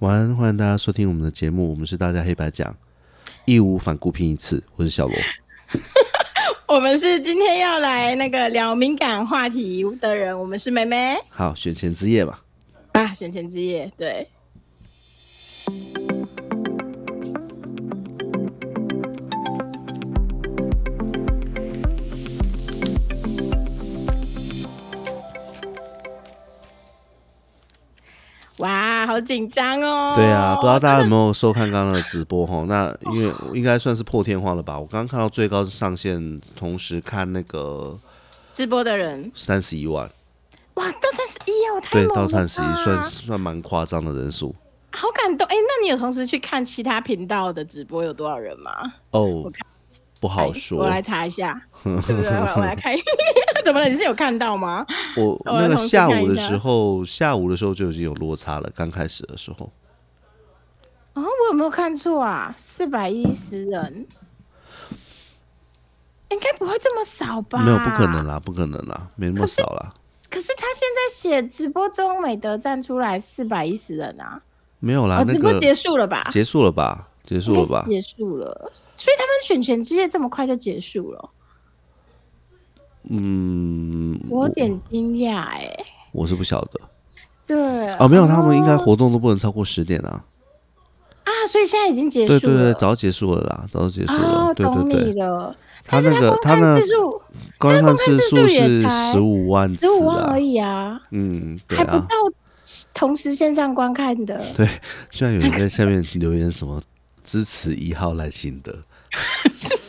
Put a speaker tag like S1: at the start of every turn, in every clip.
S1: 晚安，欢迎大家收听我们的节目，我们是大家黑白讲，义无反顾拼一次，我是小罗。
S2: 我们是今天要来那个聊敏感话题的人，我们是梅梅
S1: 好，选前之夜吧。
S2: 啊，选前之夜，对，哇，好紧张哦！
S1: 对啊，不知道大家有没有收看刚刚的直播哈？那因为应该算是破天荒了吧？我刚刚看到最高上限，同时看那个
S2: 直播的人，
S1: 三十一万，
S2: 哇，到三十一哦，太
S1: 对，
S2: 猛
S1: 到
S2: 了
S1: 三十一
S2: 吧
S1: 算算蛮夸张的人数
S2: 好感动哎、那你有同时去看其他频道的直播有多少人吗？
S1: 哦，不好
S2: 哎
S1: 说。
S2: 我来查 一下，对不对？我来我来看， 怎么了？你是有看到吗？
S1: 我
S2: 我
S1: 那
S2: 来
S1: 个
S2: 重新
S1: 下
S2: 看
S1: 午
S2: 一
S1: 的
S2: 下
S1: 时候，下午的时候就已经有落差了，刚开始的时候。
S2: 啊、我有没有看错啊？四百一十人，应该不会这么少吧？
S1: 没有，不可能。啦，不可能啦，没那么少啦，
S2: 可是他现在写直播中美德站出来四百一十人啊！
S1: 没有啦，
S2: 哦，
S1: 那
S2: 直播
S1: 个
S2: 结束了吧？
S1: 结束了吧？结束了
S2: 应该
S1: 吧
S2: 是？结束了，所以他们选权之夜这么快就结束了，
S1: 嗯，
S2: 我
S1: 我
S2: 有点惊讶哎。
S1: 我是不晓得
S2: 对
S1: 哦，没有，他们应该
S2: 哦
S1: 活动都不能超过十点啊。
S2: 啊，所以现在已经结束
S1: 对
S2: 了。
S1: 对对，早结束了啦，早结束了。
S2: 哦，
S1: 对
S2: 懂
S1: 对
S2: 你
S1: 对，
S2: 了。
S1: 他
S2: 但是
S1: 那个
S2: 他
S1: 那
S2: 观看次数
S1: 观
S2: 他
S1: 看
S2: 观
S1: 次
S2: 看次
S1: 数
S2: 数也
S1: 是
S2: 才
S1: 十五万次
S2: 十五万
S1: 啊
S2: 而，已啊，
S1: 嗯，对
S2: 还不
S1: 啊
S2: 到，同时线上观看的。
S1: 对，居然有人在下面留言什么支持一号赖清德，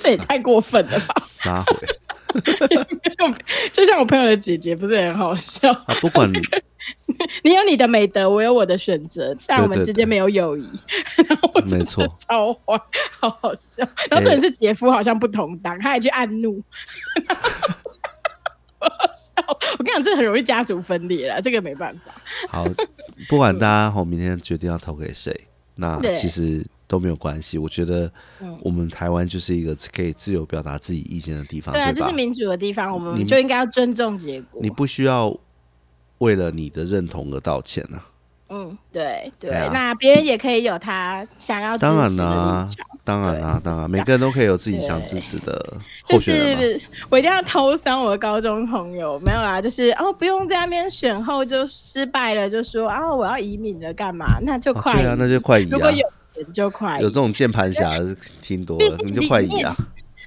S2: 这也太过分了吧！
S1: 撒回
S2: 就像我朋友的姐姐，不是也很好笑？
S1: 啊，不 管
S2: 你有你的美德，我有我的选择，但我们
S1: 对
S2: 之间没有友谊。然后我觉
S1: 没
S2: 得
S1: 错 哎
S2: 超坏，好好笑。然后重点是姐夫好像不同党，他还去按 怒。 我好笑我跟你讲，这很容易家族分裂了，这个没办法。
S1: 好，不管大家好，明天决定要投给谁，那
S2: 对
S1: 其实都没有关系。我觉得
S2: 嗯
S1: 我们台湾就是一个可以自由表达自己意见的地方，
S2: 对啊，
S1: 吧？
S2: 就是民主的地方，我
S1: 你
S2: 们就应该要尊重结果
S1: 你。不需要为了你的认同而道歉啊。
S2: 嗯，对对，
S1: 对啊
S2: 那别人也可以有他想要支
S1: 当然
S2: 哦持的
S1: 啦、
S2: 立场。
S1: 当然啦、当然，每个人都可以有自己想支持的候
S2: 就
S1: 选人嘛。
S2: 是我一定要偷伤我的高中朋友，没有啦，就是哦，不用在那边选后就失败了，就说啊、我要移民了，干嘛？那就
S1: 啊
S2: 快移、
S1: 对啊，那就快移
S2: 如果
S1: 啊。
S2: 有人就快移
S1: 有这种键盘侠听多了，
S2: 毕
S1: 你
S2: 竟
S1: 就
S2: 你
S1: 快
S2: 你
S1: 移
S2: 也
S1: 啊！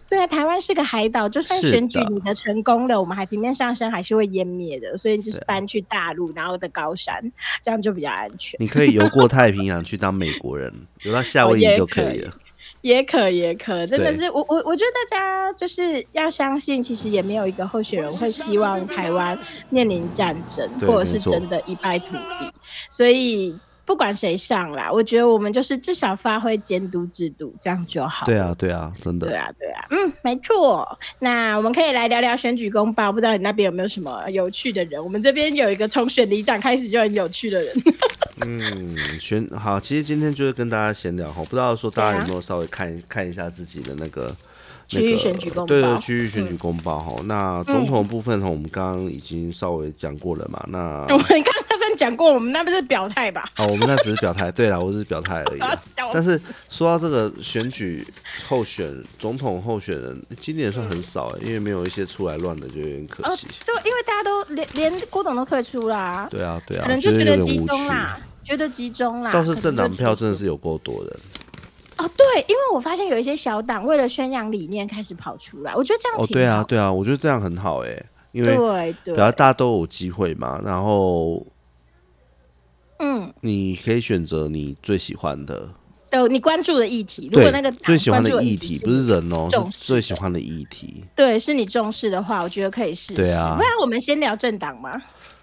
S2: 对啊，台湾是个海岛，就算
S1: 是
S2: 选举
S1: 的
S2: 你的成功了，我们海平面上升还是会湮灭的，所以
S1: 啊
S2: 就是搬去大陆，然后的高山，这样就比较安全。
S1: 你可以游过太平洋去当美国人，游到夏威夷
S2: 哦也
S1: 就
S2: 可
S1: 以
S2: 以
S1: 了。
S2: 也可也可，真的
S1: 对
S2: 是我我我觉得大家就是要相信，其实也没有一个候选人会希望台湾面临战争，
S1: 对
S2: 或者是
S1: 没错
S2: 真的一败涂地。所以不管谁上啦，我觉得我们就是至少发挥监督制度，这样就好。
S1: 对啊，对啊，真
S2: 对
S1: 的。
S2: 啊，对啊，嗯，没错。那我们可以来聊聊选举公报，不知道你那边有没有什么有趣的人？我们这边有一个从选里长开始就很有趣的人，
S1: 嗯，选好，其实今天就是跟大家闲聊哈，不知道说大
S2: 对
S1: 家
S2: 啊
S1: 有没有稍微看一看一下自己的那个
S2: 区域选举公报嗯
S1: 对对，区域选举公报哈。那总统部分哈，我们刚刚已经稍微讲过了嘛。那
S2: 我们刚刚算讲过，我们那边是表态吧？
S1: 哦，我们那只是表态，对啦，我只是表态而已
S2: 我要
S1: 啦
S2: 笑。哦死
S1: 但是说到这个选举候选总统候选人，今年算很少、欸，因为没有一些出来乱的，就有点可
S2: 哦，
S1: 惜。
S2: 就因为大家都连连郭董都退出啦，
S1: 对啊，对啊，
S2: 可能就
S1: 觉
S2: 觉
S1: 得
S2: 得
S1: 有
S2: 集
S1: 点无
S2: 中
S1: 趣。
S2: 啦，觉得集中啦。
S1: 倒是
S2: 可能
S1: 政党
S2: 就
S1: 票真的是有够多人。
S2: 哦，对，因为我发现有一些小党为了宣扬理念开始跑出来，我觉得这样
S1: 哦，
S2: 挺
S1: 对啊，
S2: 好的，
S1: 对啊，我觉得这样很好哎、因为
S2: 对对
S1: 比较大家都有机会嘛，然后
S2: 嗯，
S1: 你可以选择你最喜欢的，
S2: 的你关注的议题，如
S1: 对
S2: 果那个党
S1: 最喜欢
S2: 关注
S1: 的
S2: 的
S1: 议题，
S2: 题
S1: 不是人哦、
S2: 重
S1: 是
S2: 视
S1: 最
S2: 的
S1: 喜欢的议题。
S2: 对，是你重视的话，我觉得可以试试。
S1: 对啊
S2: 不然我们先聊政党嘛。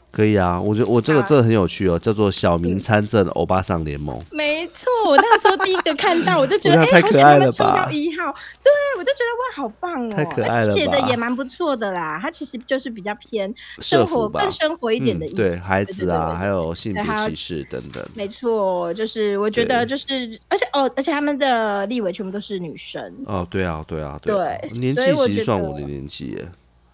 S1: 可以啊，我觉得我这个
S2: 好啊
S1: 这个很有趣哦，叫做小明参政欧巴桑联盟。
S2: 没错，我那时候第一个看到，我 就觉得
S1: 我
S2: 哎、
S1: 觉得太
S2: 好
S1: 可
S2: 想
S1: 爱
S2: 他们
S1: 了
S2: 抽到
S1: 吧
S2: 一号，对啊我就觉得哇，好棒哦，
S1: 太可爱
S2: 而
S1: 了
S2: 且写的
S1: 吧
S2: 也蛮不错的啦。他其实就是比较偏
S1: 社
S2: 生
S1: 福
S2: 活
S1: 吧
S2: 更生活一点的
S1: 嗯
S2: 议题，
S1: 对孩子
S2: 对对
S1: 啊，
S2: 对
S1: 还有性别
S2: 对还有
S1: 歧视等等。
S2: 没错，就是我觉得
S1: 对
S2: 就是，而且哦，而且他们的立委全部都是女生，
S1: 哦，对啊，对啊，啊
S2: 对
S1: 年纪
S2: 所以我
S1: 其实
S2: 觉
S1: 算
S2: 得
S1: 我的年纪耶，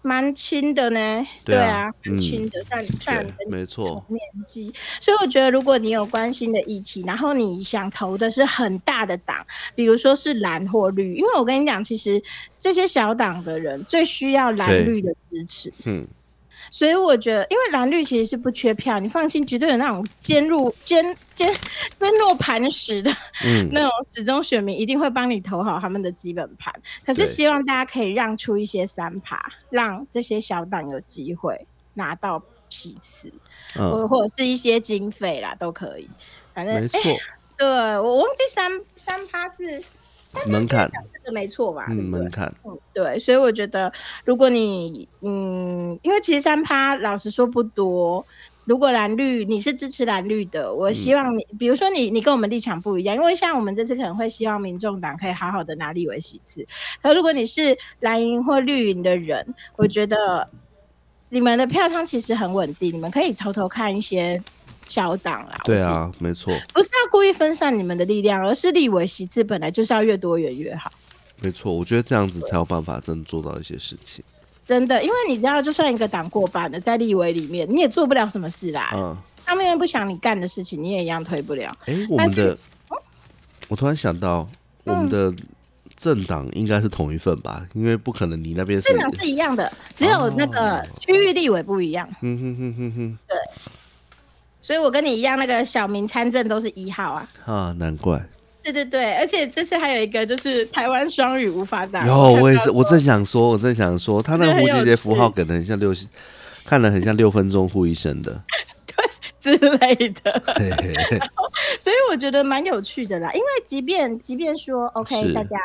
S2: 蛮轻的呢，
S1: 对
S2: 对
S1: 啊
S2: 啊，蛮轻的，算算
S1: 对，没错，
S2: 年纪。所以我觉得，如果你有关心的议题，然后你想投的是很大的党，比如说是蓝或绿，因为我跟你讲，其实这些小党的人最需要
S1: 对
S2: 蓝绿的支持，
S1: 嗯，
S2: 所以我觉得，因为蓝绿其实是不缺票，你放心，绝对有那种坚入坚坚坚若磐石的
S1: 嗯，
S2: 那种死忠选民一定会帮你投好他们的基本盘，可
S1: 对
S2: 是希望大家可以让出一些三趴，让这些小党有机会拿到席次，
S1: 嗯，
S2: 或或者是一些经费啦，都可以。反正
S1: 没
S2: 哎、
S1: 错，
S2: 对我忘记三三趴是三趴
S1: 门槛，
S2: 这个没错吧？
S1: 嗯，
S2: 对不对
S1: 门槛，
S2: 嗯，对，所以我觉得，如果你嗯，因为其实三趴老实说不多。如果蓝绿你是支持蓝绿的，我
S1: 嗯
S2: 希望你，比如说你你跟我们立场不一样，因为像我们这次可能会希望民众党可以好好的拿立委席次，可如果你是蓝营或绿营的人，我觉得你们的票仓其实很稳定，你们可以偷偷看一些小党啦。我
S1: 对
S2: 自己，
S1: 啊，没错，
S2: 不是要故意分散你们的力量，而是立委席次本来就是要越多元越好。
S1: 没错，我觉得这样子才有办法真做到一些事情，
S2: 真的，因为你知道，就算一个党过半的，在立委里面，你也做不了什么事啦。
S1: 嗯，
S2: 他们又不想你干的事情，你也一样推不了。
S1: 诶，我
S2: 但
S1: 们
S2: 是
S1: 的，
S2: 哦
S1: 我突然想到，
S2: 嗯
S1: 我们的政党应该是同一份吧，因为不可能你那边是
S2: 政，党是一样的，只有那
S1: 哦
S2: 个区域立委不一样。
S1: 哼哼哼哼哼。
S2: 所以我跟你一样，那个小民参政都是一号啊。
S1: 啊，难怪
S2: 对对对，而且这次还有一个就是台湾双语无法打。
S1: 有，我也是，我正想说，我正想说，他那个
S2: 这很
S1: 蝴
S2: 有
S1: 蝶结符
S2: 趣
S1: 号梗的很像六，看了很像六分钟护医生 的，
S2: 之类的，
S1: 嘿嘿嘿，
S2: 所以我觉得蛮有趣的啦。因为即便即便说 OK
S1: 是
S2: 大家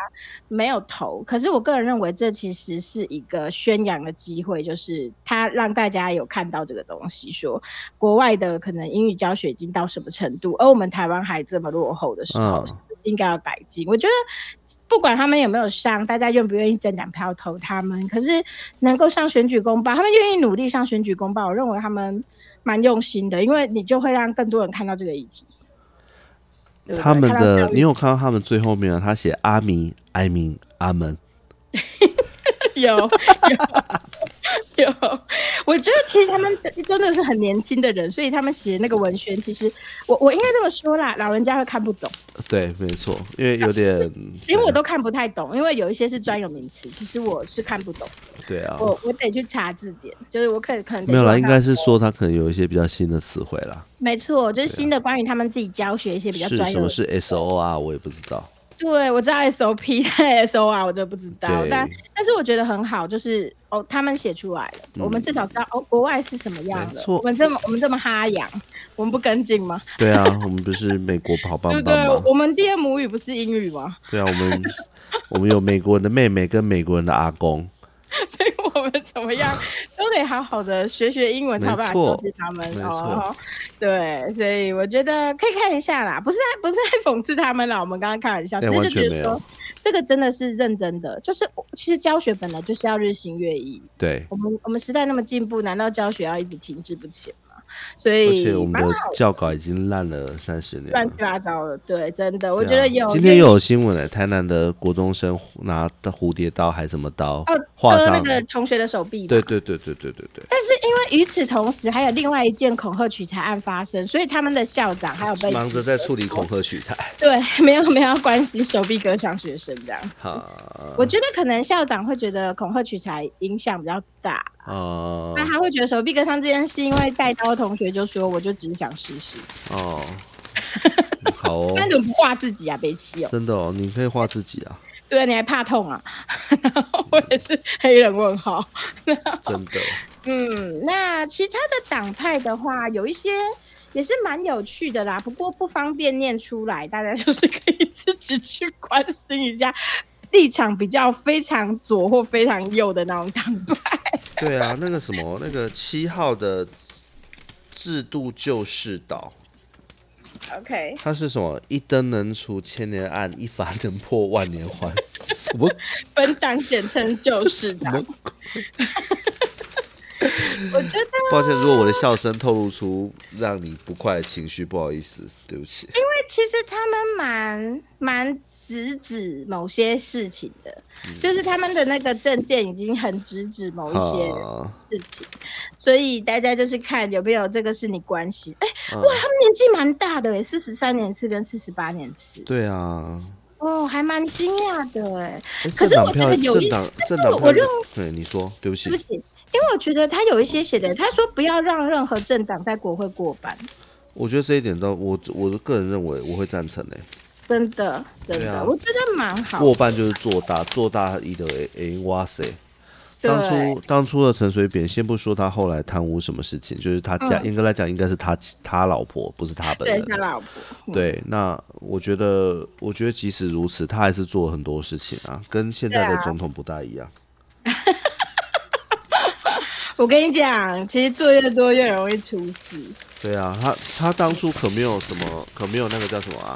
S2: 没有投，可是我个人认为这其实是一个宣扬的机会，就是它让大家有看到这个东西，说国外的可能英语教学已经到什么程度，而我们台湾还这么落后的时候，
S1: 嗯
S2: 是不是应该要改进？我觉得不管他们有没有上，大家愿不愿意政党票投他们，可是能够上选举公报，他们愿意努力上选举公报，我认为他们蛮用心的，因为你就会让更多人看到这个议题。对不对
S1: 他们
S2: 看到
S1: 的
S2: 教，育
S1: 你有看到他们最后面啊？他写阿弥、艾明、阿门，
S2: 有有有，我觉得其实他们真真的是很年轻的人，所以他们写那个文宣，其实我我应该这么说啦，老人家会看不懂，
S1: 对，没错，因为有点，
S2: 连
S1: 嗯
S2: 我都看不太懂，因为有一些是专有名词，其实我是看不懂，
S1: 对啊，
S2: 我我得去查字典，就是我可能可能得
S1: 没有
S2: 去
S1: 啦，
S2: 网
S1: 应
S2: 上
S1: 该是说他可能有一些比较新的词汇啦，
S2: 没错，就是新的关于他们自己教学一些比较
S1: 啊是
S2: 专
S1: 什
S2: 有
S1: 么
S2: 的。
S1: 是 SOR，我也不知道，
S2: 对，我知道 SOP 但 SO 啊，我真的不知道，
S1: 对
S2: 但但是我觉得很好，就是哦，他们写出来了，我们至少知道哦，国外是什么样
S1: 嗯没
S2: 的。
S1: 错
S2: 我们这么我们这么哈洋，我们不跟进吗？
S1: 对啊， 我们不是美国好棒
S2: 对不
S1: 棒
S2: 对
S1: 吗？？
S2: 我们第二母语不是英语吗？
S1: 对啊，我们 我们有美国人的妹妹跟美国人的阿公，
S2: 所以我们怎么样都得好好的学学英文，才有办法
S1: 没错
S2: 收集他们
S1: 没
S2: 哦。对，所以我觉得可以看一下啦，不是在不是在讽刺他们啦，我们刚刚开玩笑，
S1: 哎
S2: 只是就
S1: 完全没
S2: 觉得
S1: 有
S2: 说这个真的是认真的，就是我其实教学本来就是要日新月异，
S1: 对，
S2: 我们我们时代那么进步，难道教学要一直停滞不前吗？所
S1: 而
S2: 以
S1: 且我们
S2: 蛮
S1: 的教稿已经烂了三十年
S2: 乱
S1: 了
S2: 七。八糟的，对，真的，我
S1: 对
S2: 觉得
S1: 啊
S2: 有
S1: 今天又有新闻欸了，台南的国中生拿的蝴蝶刀还什么刀
S2: 哦
S1: 画
S2: 割那
S1: 上，
S2: 个同学的手臂吧，
S1: 对对对对对对对，
S2: 但是因为与此同时，还有另外一件恐吓取材案发生，所以他们的校长还有被
S1: 忙着在处理恐吓取材。
S2: 对没有没有要关心手臂割伤学生这样。
S1: 好，
S2: 我觉得可能校长会觉得恐吓取材影响比较大，
S1: 哦
S2: 那他会觉得手臂割伤这件事，因为带刀的同学就说我就只是想试试，
S1: 哦，好哦，
S2: 那你怎么不画自己啊，北七哦？
S1: 真的哦，你可以画自己 啊，
S2: 对啊，你还怕痛啊？ 然后我也是黑人问号。
S1: 真的。
S2: 嗯，那其他的党派的话，有一些也是蛮有趣的啦，不过不方便念出来，大家就是可以自己去关心一下。立场比较非常左或非常右的那种党派，
S1: 对啊，那个什么，那个七号的制度救世岛，
S2: OK，
S1: 它是什么？一灯能除千年暗，一法能破万年 欢。什么
S2: 本党简称就是
S1: 什么
S2: 党。
S1: 鬼？
S2: 我觉得
S1: 抱歉，如果我的笑声透露出让你不快的情绪，不好意思，对不起。
S2: 其实他们蛮蛮直指某些事情的，就是他们的那个证件已经很直指某一些
S1: 啊，
S2: 事情，所以大家就是看有没有这个是你关系。哎、
S1: 嗯
S2: 哇，他们年纪蛮大的哎、四十三年次跟四十八年次，
S1: 对啊。
S2: 哦，还蛮惊讶的哎、
S1: 诶
S2: 可是
S1: 政
S2: 我
S1: 党
S2: 觉
S1: 票
S2: 得有
S1: 政
S2: 一
S1: 党
S2: 但是
S1: 政党
S2: 我
S1: 票
S2: 我认
S1: 对你说，对不起
S2: 对不，起，因为我觉得他有一些写的，他说不要让任何政党在国会过半，
S1: 我觉得这一点倒我我个人认为我会赞成诶、
S2: 真的真
S1: 对
S2: 的，
S1: 啊
S2: 我觉得蛮好
S1: 过
S2: 的。
S1: 半就是做大，做大一的诶诶，哇塞！
S2: 对
S1: 当初当初的陈水扁，先不说他后来贪污什么事情，就是他家、
S2: 嗯
S1: 应该来讲应该是他他老婆，不是他本
S2: 对，
S1: 人
S2: 是。他老婆。嗯
S1: 对，那我觉得，我觉得即使如此，他还是做了很多事情啊，跟现在
S2: 对
S1: 的
S2: 啊
S1: 总统不大一样。
S2: 我跟你讲，其实做越多越容易出事。
S1: 对啊，他他当初可没有什么，可没有那个叫什么啊？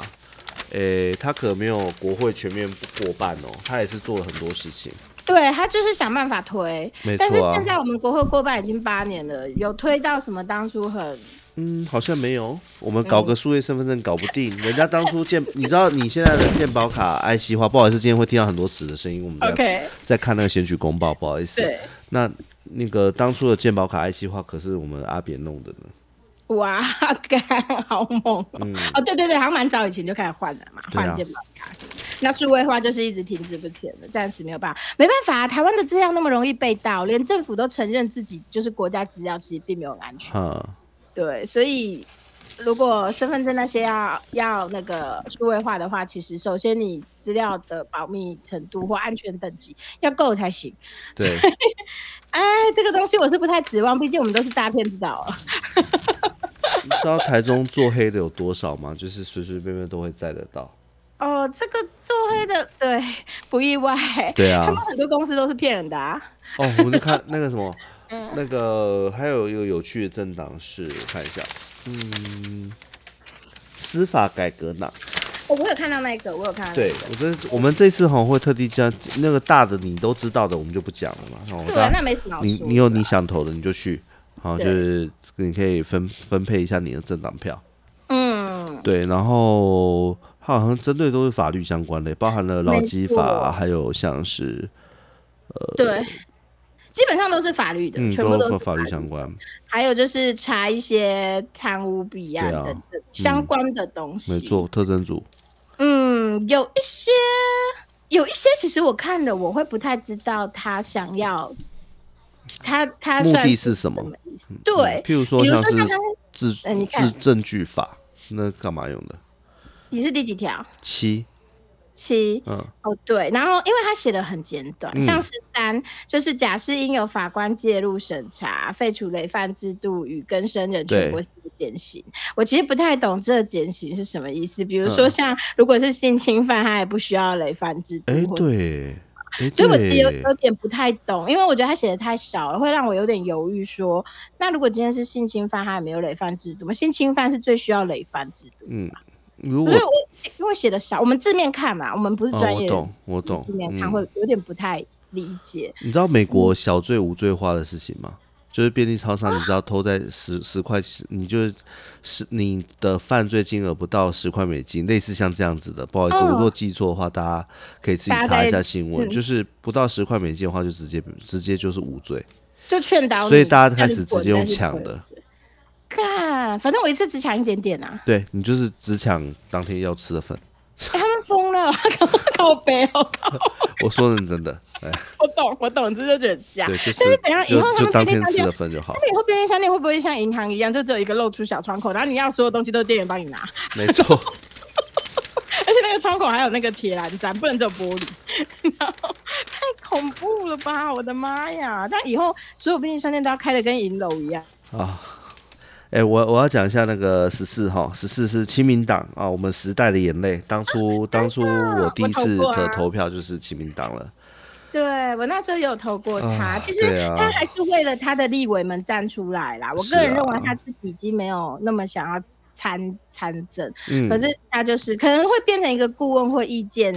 S1: 诶、他可没有国会全面过半哦，他也是做了很多事情。
S2: 对他就是想办法推，
S1: 没
S2: 但是
S1: 错啊
S2: 现在我们国会过半已经八年了，有推到什么当初很
S1: 嗯，好像没有。我们搞个数位身份证搞不定，人家当初健， 你知道你现在的健保卡 IC 化，不好意思，今天会听到很多纸的声音，我们在
S2: OK？
S1: 在看那个选举公报，不好意思。
S2: 对，
S1: 那那个当初的健保卡 IC 化，可是我们阿扁弄的呢。
S2: 哇，干好猛哦、哦！对对对，好像蛮早以前就开始换了嘛，
S1: 嗯对啊
S2: 换健保卡什么。那数位化就是一直停滞不前的，暂时没有办法，没办法、啊，台湾的资料那么容易被盗，连政府都承认自己就是国家资料其实并没有很安全。
S1: 哈，
S2: 对，所以如果身份证那些要要那个数位化的话，其实首先你资料的保密程度或安全等级要够才行。
S1: 对，
S2: 哎，这个东西我是不太指望，毕竟我们都是诈骗知道了。
S1: 你知道台中做黑的有多少吗？就是随随便便都会载得到。
S2: 哦，这个做黑的，对， 不意外。
S1: 对啊
S2: 他们很多公司都是骗人的啊。
S1: 哦，我们看那个什么，那个还有一个有趣的政党是，我看一下，嗯，司法改革党。
S2: 哦我有看到那个，我有看到、那
S1: 对
S2: 个。，
S1: 我觉得我们这次哈会特地将那个大的你都知道的，我们就不讲了嘛。哦，
S2: 对啊
S1: 大，家
S2: 那没什么好
S1: 你
S2: 说
S1: 你有
S2: 的
S1: 你想投的你就去，好，就
S2: 对
S1: 是你可以分分配一下你的政党票。
S2: 嗯，
S1: 对，然后它好像针对都是法律相关的，包含了劳
S2: 没
S1: 基
S2: 错
S1: 法，还有像是
S2: 对，基本上都是法律的，
S1: 嗯，
S2: 全部
S1: 都
S2: 都
S1: 和
S2: 是
S1: 法律
S2: 的
S1: 相关，
S2: 还有就是查一些贪污弊案
S1: 对啊
S2: 等等、相关的东西。
S1: 没，错，特征组。
S2: 嗯，有一些有一些，其实我看了，我会不太知道他想要他他
S1: 目
S2: 算
S1: 的
S2: 是
S1: 是什么
S2: 么意思？
S1: 嗯
S2: 对，
S1: 譬如说
S2: 比如
S1: 像
S2: 说
S1: 是
S2: 像他，
S1: 自
S2: 呃你
S1: 自
S2: 看
S1: 证据法，那干嘛用的？
S2: 你是第几条？
S1: 七，
S2: 七。
S1: 嗯，
S2: 哦，对，然后因为他写的很简短，
S1: 嗯
S2: 像十三就是假释应有法官介入审查，废除累犯制度与更生人
S1: 对
S2: 权国的减刑。我其实不太懂这减刑是什么意思，比如说
S1: 嗯
S2: 像如果是性侵犯，他也不需要累犯制度。
S1: 哎，
S2: 或，
S1: 对，哎，
S2: 所以我其实有
S1: 对
S2: 有点不太懂，因为我觉得他写的太少了，会让我有点犹豫说，那如果今天是性侵犯，他也没有累犯制度吗？性侵犯是最需要累犯制度。
S1: 嗯，如
S2: 所
S1: 果
S2: 以我因为写的少，我们字面看嘛，我们不是
S1: 哦
S2: 专
S1: 我
S2: 业人士、
S1: 懂我
S2: 字
S1: 懂
S2: 字面看
S1: 嗯
S2: 会嗯有点不太理解。
S1: 你知道美国小罪无罪化的事情吗？就是便利超商，你知
S2: 啊
S1: 道偷在十十块，你就是十你的犯罪金额不到十块美金，类似像这样子的。不好意思，
S2: 嗯
S1: 我如果记错的话，大家可以自己
S2: 大家
S1: 查一下
S2: 再
S1: 新闻，
S2: 嗯
S1: 就是不到十块美金的话，就直接直接就是无罪。
S2: 就劝导你，
S1: 所以大家开
S2: 那你
S1: 始
S2: 滚
S1: 直接用
S2: 但是
S1: 抢
S2: 滚
S1: 的。
S2: 看，反正我一次只抢一点点啊！
S1: 对你就是只抢当天要吃的份。
S2: 哎他们疯了，靠背哦，靠
S1: 我说认真的， 哎，
S2: 我懂，我懂，啊这就觉得瞎。
S1: 对，就是
S2: 所以怎样？以
S1: 就
S2: 后他
S1: 就
S2: 们
S1: 当
S2: 便利
S1: 天
S2: 商
S1: 吃
S2: 店
S1: 的，份就好
S2: 他，们以后便利商店会不会像银行一样，就只有一个露出小窗口，然后你要所有东西都店员帮你拿，
S1: 没错。
S2: 而且那个窗口还有那个铁栏杆，不能只有玻璃。然后太恐怖了吧！我的妈呀！但以后所有便利商店都要开的跟银楼一样。
S1: 啊，哎、我我要讲一下那个十四哈，十四是亲民党啊，我们时代的眼泪。当 初当初我第一
S2: 我投
S1: 次
S2: 过
S1: 的
S2: 啊
S1: 投票就是亲民党了，
S2: 对我那时候也有投过他，
S1: 啊
S2: 其实
S1: 对啊
S2: 他还是为了他的立委们站出来啦。我
S1: 是
S2: 个人认
S1: 啊
S2: 为他自己已经没有那么想要参参政，
S1: 嗯，
S2: 可是他就是可能会变成一个顾问或意见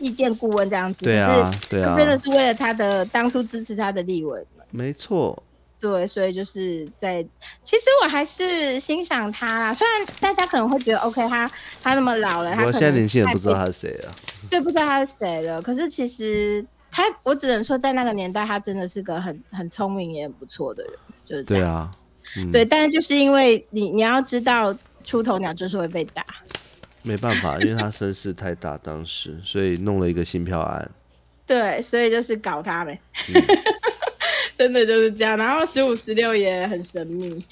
S2: 意见顾问这样子。
S1: 对啊
S2: 可是
S1: 对啊
S2: 他真的是为了他的当初支持他的立委们。
S1: 没错，
S2: 对，所以就是在，其实我还是欣赏他啦。虽然大家可能会觉得，OK，他他那么老了，他
S1: 我
S2: 可
S1: 现在
S2: 能
S1: 年轻人
S2: 太
S1: 不知道他是谁啊。
S2: 对，不知道他是谁了。可是其实他，我只能说，在那个年代，他真的是个很很聪明也很不错的人，就是这
S1: 对
S2: 样。
S1: 啊，嗯，
S2: 对，但是就是因为你你要知道，出头鸟就是会被打。
S1: 没办法，因为他声势太大，当时所以弄了一个新票案。
S2: 对，所以就是搞他呗，
S1: 嗯
S2: 真的就是这样。然后十五十六也很神秘，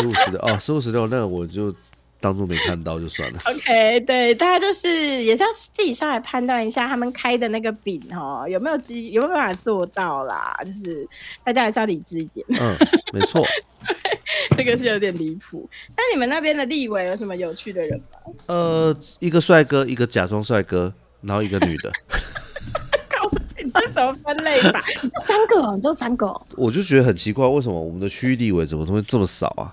S1: 十五十六哦，十五十六那个我就当做没看到就算了。
S2: OK，对，大家就是也是要自己上来判断一下他们开的那个饼哦，有没有机有没有办法做到啦？就是大家还是要理智一点，
S1: 嗯，没错。
S2: 这个是有点离谱。那你们那边的立委有什么有趣的人吗？
S1: 呃，一个帅哥，一个假装帅哥，然后一个女的，
S2: 靠，你这什么分类法？就 三个哦，你就三个哦。
S1: 我就觉得很奇怪，为什么我们的区域立委怎么都会这么少 啊？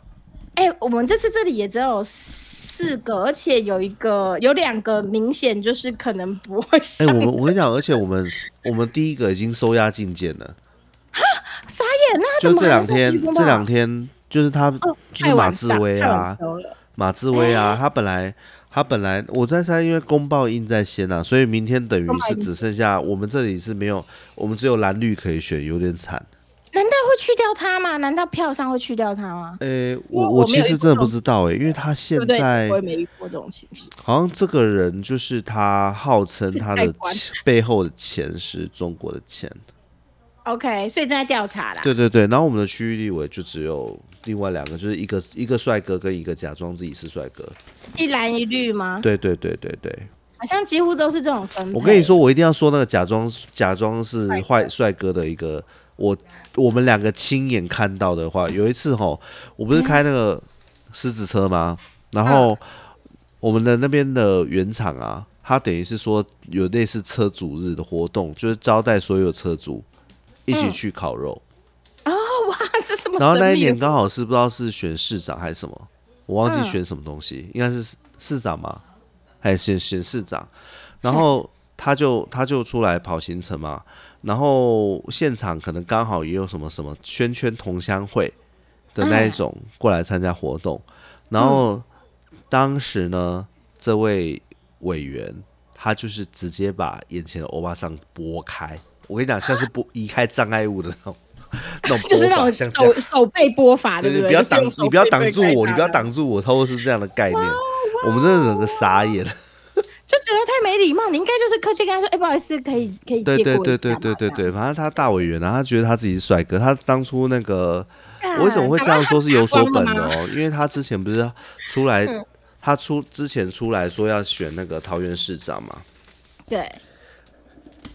S2: 哎、我们这次这里也只有四个，而且有一个有两个明显就是可能不会
S1: 哎、
S2: 上，
S1: 我们我跟你讲，而且我们我们第一个已经收押禁见了，
S2: 傻眼，那
S1: 就
S2: 他怎么
S1: 这
S2: 还
S1: 两
S2: 没上新
S1: 天
S2: 闻，
S1: 这
S2: 报啊
S1: 两天就是他、
S2: 哦，
S1: 就是
S2: 太晚
S1: 马志
S2: 上
S1: 威
S2: 太晚
S1: 啊，
S2: 收了哎
S1: 马志威啊，他本来他本来我在猜，因为公报印在先啊，所以明天等于
S2: 公报
S1: 是
S2: 印
S1: 只剩下我们这里是没有，我们只有蓝绿可以选，有点惨。
S2: 难道会去掉他吗？难道票上会去掉他吗？
S1: 诶、
S2: 因
S1: 哎我
S2: 为我没
S1: 其
S2: 有
S1: 实
S2: 遇过
S1: 真的
S2: 这
S1: 不
S2: 种
S1: 知道欸诶、因为他
S2: 对
S1: 现
S2: 不对？
S1: 在
S2: 我也没遇过这种情形。
S1: 好像这个人就是他号称
S2: 是
S1: 他
S2: 代
S1: 的
S2: 官
S1: 钱背后的钱是中国的钱，
S2: OK，所以正在调查啦。
S1: 对对对。然后我们的区域立委就只有另外两个，就是一个一个帅哥跟一个假装自己是帅哥。
S2: 一蓝一绿吗？
S1: 对对对对对。
S2: 好像几乎都是这种分配。
S1: 我跟你，说，我一定要说那个假装假装是坏嗯帅哥嗯的一个，我我们两个亲眼看到的话，有一次吼，我不是开那个狮子车吗？然后我们的那边的原厂啊，他等于是说有类似车主日的活动，就是招待所有车主一起
S2: 嗯
S1: 去烤肉。
S2: 哦哇， 这什么神秘？
S1: 然后那一年刚好是不知道是选市长还是什么，我忘记
S2: 嗯
S1: 选什么东西，应该是市市长嘛，还是选选市长。然后他就他就出来跑行程嘛，然后现场可能刚好也有什么什么圈圈同乡会的那一
S2: 嗯
S1: 种过来参加活动，然后当时呢，这位委员他就是直接把眼前的欧巴桑拨开。我跟你讲，像是拨 移开障碍物的那种，那种
S2: 就是
S1: 拨
S2: 那
S1: 法
S2: 种
S1: 像这样
S2: 手手背播法，
S1: 对
S2: 啊
S1: 对，
S2: 对对？
S1: 不要
S2: 就是
S1: 挡
S2: 用，手
S1: 你不要
S2: 背
S1: 挡
S2: 对
S1: 住
S2: 开
S1: 我，你
S2: 他
S1: 不要
S2: 的，
S1: 挡住我，差不多是这样的概念。我们真的整个傻眼。
S2: 就觉得太没礼貌。你应该就是客气跟他说，哎，不好意思，可以可以
S1: 对
S2: 借
S1: 对
S2: 过一
S1: 对
S2: 下
S1: 对
S2: 嘛
S1: 对对，对，反正他大委员啊，他觉得他自己是帅哥。他当初那个，
S2: 这样
S1: 我为什么会这样说是有所本的？
S2: 啊
S1: 哦？因为他之前不是出来
S2: 嗯，
S1: 他出之前出来说要选那个桃园市长嘛，
S2: 对，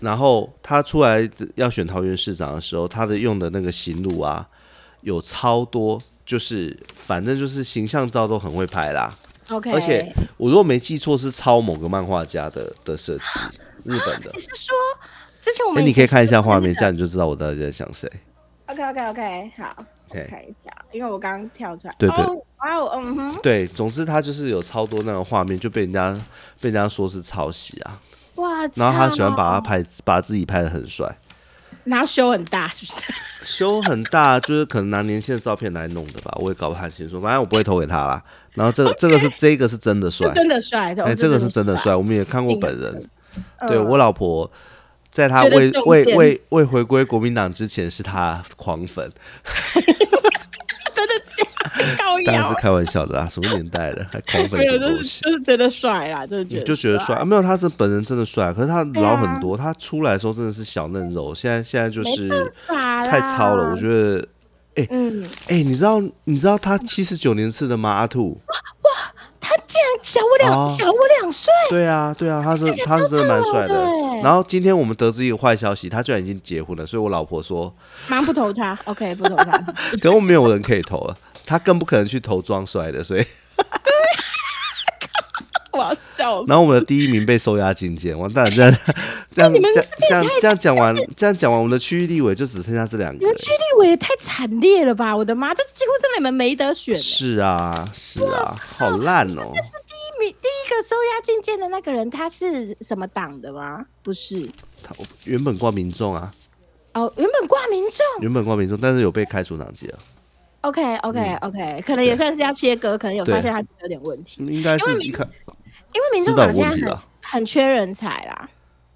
S1: 然后他出来要选桃园市长的时候，他的用的那个行路啊，有超多，就是反正就是形象照都很会拍啦。
S2: ，OK。
S1: 而且我如果没记错，是抄某个漫画家的的设计，日本的。
S2: 你是说之前我
S1: 哎、
S2: 们
S1: 你可以看一下画面，这
S2: 站。
S1: 样你就知道我到底在讲谁。
S2: OK OK OK，好，我
S1: OK
S2: 看一下，因为我刚刚跳出来。
S1: 对对
S2: 哦，哇哦，嗯哼，
S1: 对，总之他就是有超多那个画面，就被人家被人家说是抄袭啊。
S2: 哇！哦
S1: 然后他
S2: 操
S1: 喜欢把他，拍，把自己拍的很帅，
S2: 然后修很大，是不是？
S1: 修很大，就是可能拿年轻的照片来弄的吧，我也搞不太清楚。反正我不会投给他啦。然后这个这个是这个是真的 帅
S2: 是，真的帅的，
S1: 哎、
S2: 哦
S1: 这个是真的。帅，我们也看过
S2: 应该
S1: 本人。
S2: 嗯
S1: 对我老婆，在她
S2: 觉得
S1: 未
S2: 中
S1: 未
S2: 箭
S1: 未未回归国民党之前，是她狂粉，
S2: 真的假？高
S1: 当然是
S2: 腰
S1: 开玩笑的啦，什么年代了还狂粉
S2: 没
S1: 什
S2: 有，
S1: 么
S2: 就
S1: 东
S2: 是
S1: 西？
S2: 就是觉得帅啦，就是觉
S1: 你
S2: 得
S1: 就觉得帅
S2: 帅，
S1: 啊？没有，他是本人真的帅，可是他
S2: 啊
S1: 老很多，他出来的时候真的是小嫩肉，现在现在就
S2: 没
S1: 是
S2: 办法啦
S1: 太糙了，我觉得。
S2: 嗯，
S1: 哎、你知道你知道他七十九年次的吗？阿兔，
S2: 他竟然小我
S1: 哦
S2: 两小我两岁，
S1: 对啊，对啊，他是
S2: 起来
S1: 他是真的蛮
S2: 超
S1: 帅的
S2: 丑的。
S1: 然后今天我们得知一个坏消息，他居然已经结婚了，所以我老婆说，
S2: 妈不投他，OK 不投他，
S1: 可能没有人可以投了，他更不可能去投装帅的， 所以
S2: 我要笑死。
S1: 然后我们的第一名被收押禁见，完蛋了！这 样这样
S2: 你们
S1: 这样这样这样讲完，这样讲完，我们的区域立委就只剩下这两个
S2: 你们。区立委也太惨烈了吧！我的妈，这几乎真的你们没得选欸。
S1: 是啊，是啊，好烂哦！
S2: 第一名第一个收押进监的那个人，他是什么党的吗？不是，
S1: 他原本挂民众啊，
S2: 哦，原本挂民众
S1: 原本挂民众，但是有被开除党籍啊，
S2: ，OK OK
S1: 嗯
S2: OK，可能也
S1: 对
S2: 算是要切割，可能有
S1: 对
S2: 发现他有点问题，
S1: 应该
S2: 因
S1: 是
S2: 为
S1: 一看
S2: 因为民
S1: 知
S2: 众
S1: 道
S2: 党
S1: 有问
S2: 现在
S1: 题
S2: 很
S1: 了，
S2: 很缺人才啦，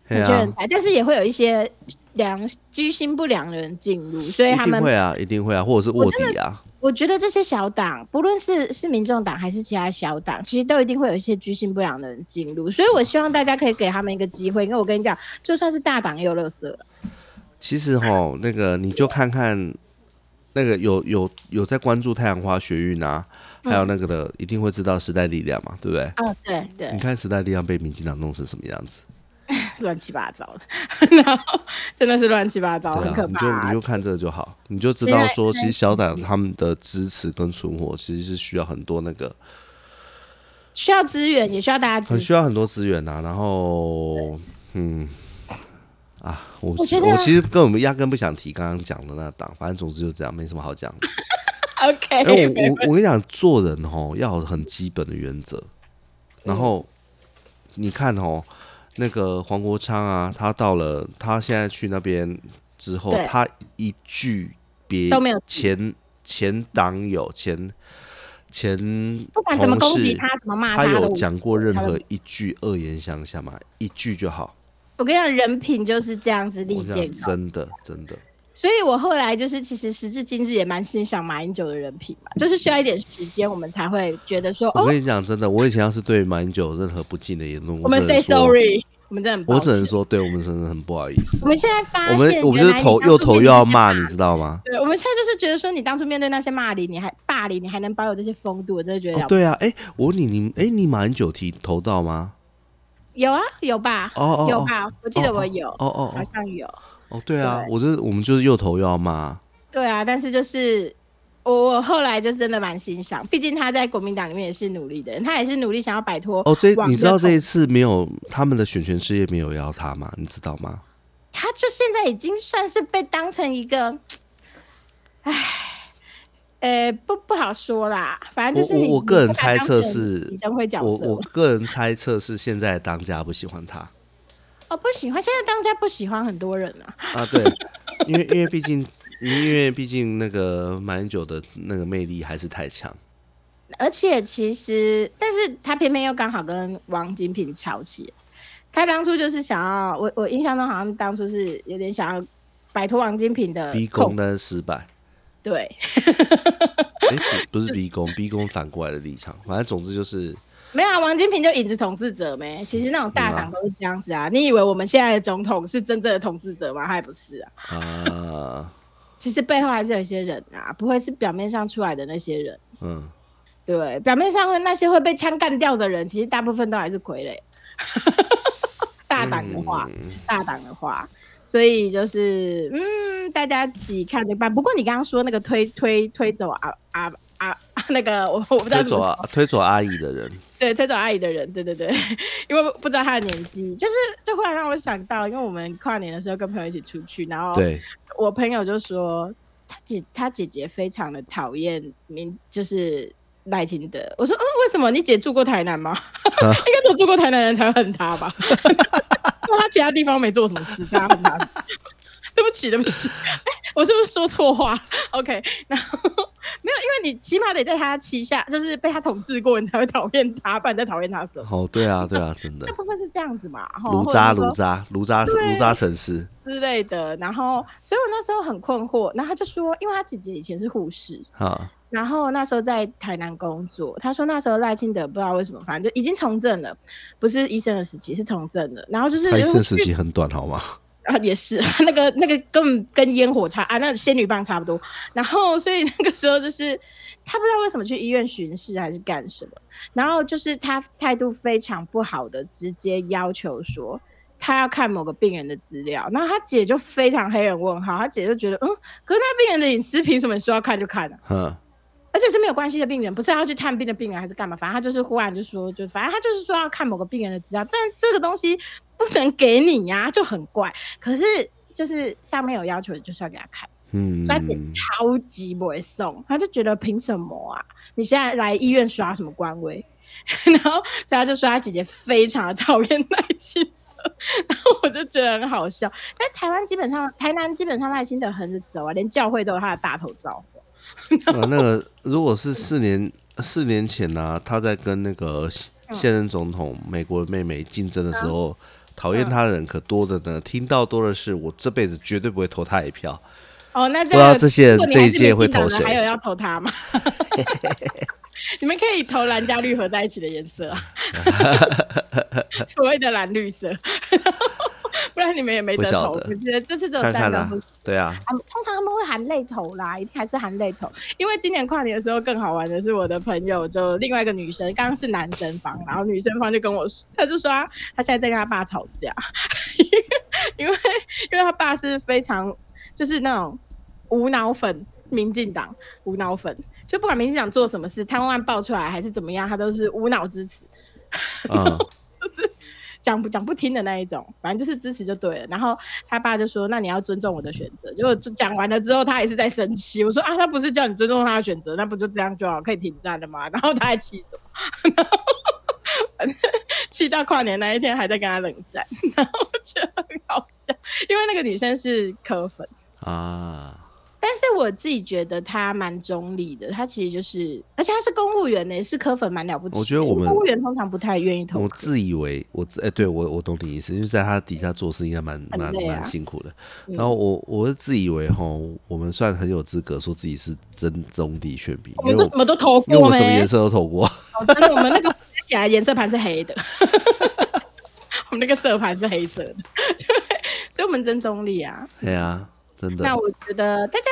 S1: 嘿
S2: 很缺
S1: 啊
S2: 人，才，但是也会有一些良居心不良的人进入，所以
S1: 一
S2: 他
S1: 定
S2: 们
S1: 会啊，一定会啊，或者是卧底啊，
S2: 我觉得这些小党，不论是是民众党还是其他小党，其实都一定会有一些居心不良的人进入，所以我希望大家可以给他们一个机会，因为我跟你讲，就算是大党也有乐色。
S1: 其实哈，那个你就看看那个有有有在关注太阳花学运啊，
S2: 嗯
S1: 还有那个的，一定会知道时代力量嘛，对不对？
S2: 哦，对
S1: 你
S2: 对，
S1: 看时代力量被民进党弄成什么样子，
S2: 乱七八糟的， 然后真的是乱七八糟，
S1: 对
S2: 很
S1: 啊，
S2: 可
S1: 你
S2: 怕啊、
S1: 就你就看这个就好，你就知
S2: 现
S1: 道
S2: 在
S1: 说，其实小党他们的支持跟存活，其实是需要很多那个，
S2: 需要资源，也需要大家支
S1: 很
S2: 持。
S1: 需要很多资源啊。然后，嗯，啊，我
S2: 我觉得
S1: 我其实根本压根不想提刚刚讲的那党，反正总之就这样，没什么好讲的。
S2: OK，、
S1: 哎、为我我我跟你讲，做人哦要有很基本的原则。
S2: 嗯
S1: 然后你看哦，那个黄国昌啊，他到了，他现在去那边之后
S2: 对，
S1: 他一句别
S2: 都没有提
S1: 前前党友前前
S2: 不管怎么
S1: 同
S2: 攻击
S1: 事
S2: 他怎么骂
S1: 他
S2: 他都
S1: 有
S2: 无
S1: 讲过任
S2: 他都
S1: 何一句恶言相向吗？一句就好。
S2: 我跟你讲，人品就是这样子立
S1: 我讲
S2: 见高。
S1: 真的真的，
S2: 所以我后来就是，其实时至今日也蛮欣赏马英九的人品嘛，就是需要一点时间，我们才会觉得说，
S1: 我
S2: 哦，
S1: 跟你讲真的，我以前要是对马英九有任何不敬的言论，
S2: 我
S1: 我
S2: 们
S1: 只
S2: say
S1: 能说
S2: sorry，我们真的很抱
S1: 我只
S2: 歉。
S1: 能说，对我们真的很不好意思
S2: 我。们现在发现
S1: 我们我们就是头又头又要骂，你，知道吗？
S2: 对，我们现在就是觉得说，你当初面对那些骂凌，你还霸凌，你还能保有这些风度，我真的觉得
S1: 哦
S2: 了，不起。
S1: 对啊，哎、我问你，你哎、你马英九提投到吗？
S2: 有啊，有吧，
S1: 哦哦，
S2: 有
S1: 哦？
S2: 吧，我记得我有，
S1: 哦哦
S2: 好
S1: 哦
S2: 像有，
S1: 哦，对啊，
S2: 对
S1: 我这我们就是又投又要骂。
S2: 对啊，但是就是。我我后来就真的蛮欣赏，毕竟他在国民党里面也是努力的人，他也是努力想要摆脱
S1: 哦，这
S2: 网
S1: 你
S2: 络
S1: 知道这
S2: 统
S1: 一次没有他们的选权事业没有邀他吗？你知道吗？
S2: 他就现在已经算是被当成一个，唉，呃，不不好说啦，反正就是
S1: 我
S2: 你
S1: 我我
S2: 你
S1: 个人
S2: 不把他
S1: 猜
S2: 当
S1: 测
S2: 成
S1: 是
S2: 李登辉角
S1: 我
S2: 色
S1: 我个人猜测是现在的当家不喜欢他
S2: 哦不喜欢，现在当家不喜欢很多人啊，
S1: 啊，对，因为因为毕竟因为毕竟那个马英九的那个魅力还是太强。
S2: 而且其实，但是他偏偏又刚好跟王金平吵起来，他当初就是想要，我我印象中好像当初是有点想要摆脱王金平的
S1: 逼
S2: 呃控
S1: 宫，但是失败。
S2: 对，
S1: 哎、不不是逼宫，逼宫反过来的立场。反正总之就是，
S2: 没有啊，王金平就影子统治者没。其实那种大
S1: 嗯啊
S2: 党都是这样子啊。你以为我们现在的总统是真正的统治者吗？他也不是啊。
S1: 啊、
S2: 其实背后还是有一些人啊，不会是表面上出来的那些人。
S1: 嗯，
S2: 对，表面上会那些会被枪干掉的人，其实大部分都还是傀 儡。大胆的话，
S1: 嗯
S2: 大胆的话，所以就是嗯，大家自己看着办。不过你刚刚说那个推推推走啊啊啊，那个我我不知道
S1: 推
S2: 怎
S1: 走
S2: 么说
S1: 啊，推走阿姨的人，
S2: 对，推走阿姨的人，对对对，因为不知道她的年纪，就是就忽然让我想到，因为我们跨年的时候跟朋友一起出去，然后
S1: 对，
S2: 我朋友就说他姐他姐姐非常的讨厌民，就是赖清德。我说嗯，为什么你姐住过台南吗？
S1: 啊
S2: 应该只有住过台南人才会恨他吧？ 因为他其他地方没做什么事，大家恨他。 对不起，对不起，哎我是不是说错话？OK，然后没有，因为你起码得在他旗下，就是被他统治过，你才会讨厌他，不然你在讨厌他什 么？
S1: 哦，对啊，对啊，真的
S2: 大，部分是这样子嘛，吼
S1: 卢
S2: 哦或者
S1: 渣
S2: 是说
S1: 卢渣卢渣
S2: 对
S1: 卢渣城市，
S2: 之类的。然后，所以我那时候很困惑。然后他就说，因为他姐姐以前是护士，
S1: 啊，
S2: 然后那时候在台南工作。他说那时候赖清德不知道为什么，反正就已经从政了，不是医生的时期，是从政了。然后就是
S1: 他一
S2: 因为
S1: 生时期很短，好吗？
S2: 啊，也是 那个那个跟跟烟火差啊，那仙女棒差不多。然后所以那个时候就是他不知道为什么去医院巡视还是干什么，然后就是他态度非常不好的，直接要求说他要看某个病人的资料。然后他姐就非常黑人问号，他姐就觉得嗯，可是那病人的隐私凭什么你说要看就看啊呢、
S1: 嗯，
S2: 而且是没有关系的病人，不是他要去探病的病人还是干嘛，反正他就是忽然就说，就反正他就是说要看某个病人的资料，但这个东西不能给你呀、就很怪。可是就是上面有要求，就是要给他看，
S1: 嗯
S2: 所以他姐超级不会送，他就觉得凭什么啊？你现在来医院 耍什么官威？然后所以他就说他姐姐非常的讨厌耐心。然后我就觉得很好笑。但台湾基本上，台南基本上赖清德横着走啊，连教会都有他的大头照。
S1: 啊，那个如果是四年四年前呢、他在跟那个
S2: 嗯
S1: 现任总统美国的妹妹竞争的时候，讨
S2: 嗯
S1: 厌他的人可多的呢，听到多的是，我这辈子绝对不会投他一票。
S2: 哦，那这
S1: 不知道
S2: 个
S1: 这些人
S2: 如果你
S1: 这
S2: 还
S1: 一
S2: 是
S1: 届
S2: 民
S1: 会
S2: 进党
S1: 投
S2: 的
S1: 谁
S2: 还有要 投他吗？ 你们可以投蓝加绿合在一起的颜色 啊，所谓的蓝绿色， 不然你们也没
S1: 不
S2: 得
S1: 晓
S2: 投。
S1: 得
S2: 我觉得这次只有
S1: 看
S2: 三
S1: 看
S2: 个
S1: 啦
S2: 不行。，
S1: 对 啊，
S2: 啊，通常他们会含泪头啦，一定还是含泪头。因为今年跨年的时候更好玩的是，我的朋友就另外一个女生，刚刚是男生方，然后女生方就跟我说，她就说她她现在在跟她爸吵架， 因为因为她爸是非常就是那种无脑粉，民进党无脑粉，就不管民进党做什么事，贪污案爆出来还是怎么样，他都是无脑支持。
S1: 嗯，
S2: 讲不讲不听的那一种，反正就是支持就对了。然后他爸就说：“那你要尊重我的选择。”结果就讲完了之后，他也是在生气。我说：“啊，他不是叫你尊重他的选择，那不就这样就好，可以停战了吗？”然后他还气什么？然后反正气到跨年那一天还在跟他冷战，然后我觉得很好笑，因为那个女生是科粉。
S1: 啊，
S2: 但是我自己觉得她蛮中立的，她其实就是，而且她是公务员呢、是科粉蛮了不起的。
S1: 我觉得我们
S2: 公务员通常不太愿意投
S1: 我
S2: 科。
S1: 自以为我自哎、对我我懂你意思，就是在他底下做事应该蛮
S2: 很
S1: 蛮
S2: 累啊
S1: 蛮辛苦的。
S2: 嗯
S1: 然后我我是自以为吼，我们算很有资格说自己是真中立选民，
S2: 我
S1: 因
S2: 们
S1: 为
S2: 就什么都投
S1: 因为我
S2: 过
S1: 们
S2: 没、
S1: 什么颜色都投过。
S2: 哦，真的，我们那个看起来颜色盘是黑的，我们那个色盘是黑色的，对，所以我们真中立啊。
S1: 对啊，真的
S2: 那。我觉得大家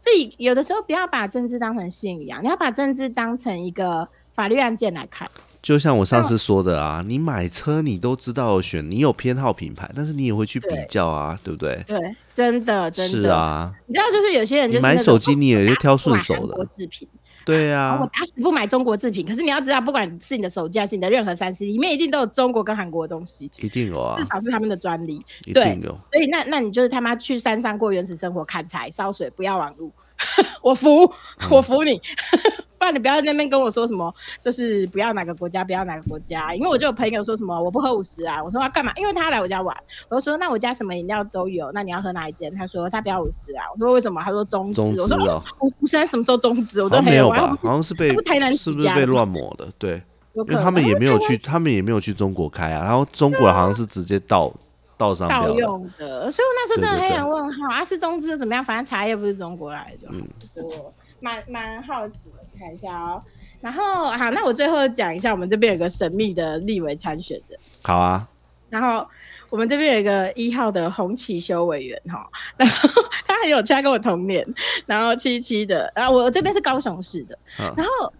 S2: 自己有的时候不要把政治当成信仰，你要把政治当成一个法律案件来看。
S1: 就像我上次说的啊，你买车你都知道选，你有偏好品牌，但是你也会去比
S2: 对
S1: 较啊，对不对？
S2: 对，真的，真
S1: 是
S2: 的。
S1: 啊，
S2: 你知道，就是有些人就
S1: 你
S2: 是那
S1: 买
S2: 种
S1: 手机你也会挑顺
S2: 我
S1: 手
S2: 不买韩国
S1: 的，
S2: 制品，
S1: 对
S2: 然后
S1: 啊
S2: 我，打死不买中国制品。可是你要知道，不管是你的手机还是你的任何三 C，里面一定都有中国跟韩国的东西，
S1: 一定有啊
S2: 至，少是他们的专利。
S1: 一
S2: 对
S1: 定有。
S2: 所以那那你就是他妈去山上过原始生活，砍柴、烧水，不要网路。 我服，
S1: 嗯
S2: 我服你， 不然你不要在那边跟我说什么，就是不要哪个国家，不要哪个国家，因为我就有朋友说什么我不喝五十啊，我说他干嘛？因为他来我家玩，我就说那我家什么饮料都有，那你要喝哪一间？他说他不要五十啊，我说为什么？他说中资，
S1: 中资
S2: 我说
S1: 哦，
S2: 五五十啊什么时候中资？我
S1: 好
S2: 都
S1: 像
S2: 黑
S1: 没
S2: 了，
S1: 有
S2: 我还
S1: 吧？
S2: 不是
S1: 好像是被
S2: 不是台南
S1: 是不
S2: 起
S1: 是
S2: 家
S1: 被
S2: 的吗
S1: 乱抹的？对，
S2: 有可
S1: 因为
S2: 能
S1: 他们也没有去，他们也没有去中国开啊。然后中国好像是直接盗盗商
S2: 盗
S1: 标的，
S2: 用的，所以我那时候真
S1: 对
S2: 的
S1: 对
S2: 黑
S1: 对
S2: 人问号啊，是中资又怎么样？反正茶叶不是中国来的，
S1: 嗯
S2: 所以我蛮蛮好奇的，看一下哦。然后好，那我最后讲一下，我们这边有个神秘的立委参选的，
S1: 好 啊，
S2: 然后我们这边有一个一号的洪启修委员哈， 然后他很有趣，他跟我同年，然后七七的，然后我这边是高雄市的，
S1: 嗯
S2: 然后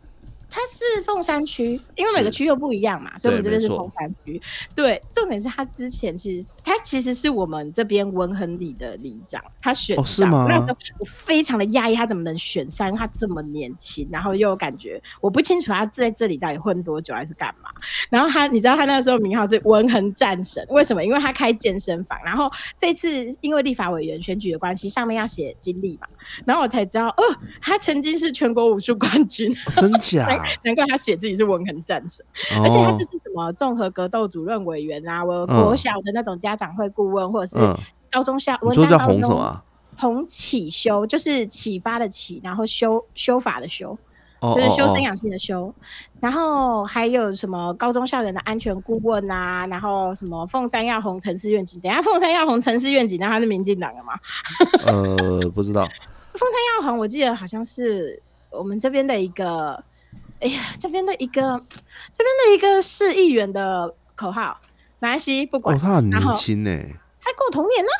S2: 他是凤山区，因为每个
S1: 是
S2: 区又不一样嘛，所以我们这
S1: 对
S2: 边是
S1: 没错
S2: 凤山区。对，重点是他之前其实他其实是我们这边文衡里的里长，他选
S1: 哦是
S2: 上
S1: 吗
S2: 那时候我非常的讶异，他怎么能选上？因为他这么年轻，然后又有感觉，我不清楚他在这里到底混多久还是干嘛。然后他，你知道他那时候名号是文衡战神，为什么？因为他开健身房。然后这次因为立法委员选举的关系，上面要写经历嘛，然后我才知道，哦，他曾经是全国武术冠军，
S1: 真假？
S2: 难怪他写自己是文衡战神。而且他
S1: 哦
S2: 就，是什么综合格斗主任委员啊，我
S1: 嗯
S2: 国小的那种家长会顾问，或者是
S1: 嗯，
S2: 高中校，我
S1: 你说
S2: 家
S1: 叫
S2: 高
S1: 红什么
S2: 中
S1: 啊？
S2: 洪启修，就是启发的启，然后修修法的修，
S1: 哦
S2: 就是修
S1: 哦
S2: 身养性的修。然后还有什么高中校园的安全顾问啊，然后什么凤山要红城市愿景，等一下凤山要红城市愿景，那他是民进党的嘛？
S1: 哦，呃，不知 道，
S2: 凤山耀红，我记得好像是我们这边的一个，哎呀，这边的一个，这边的一个市议员的口号，马来西亚不管、
S1: 哦，他很
S2: 然后
S1: 年轻呢，
S2: 他跟我同年呢、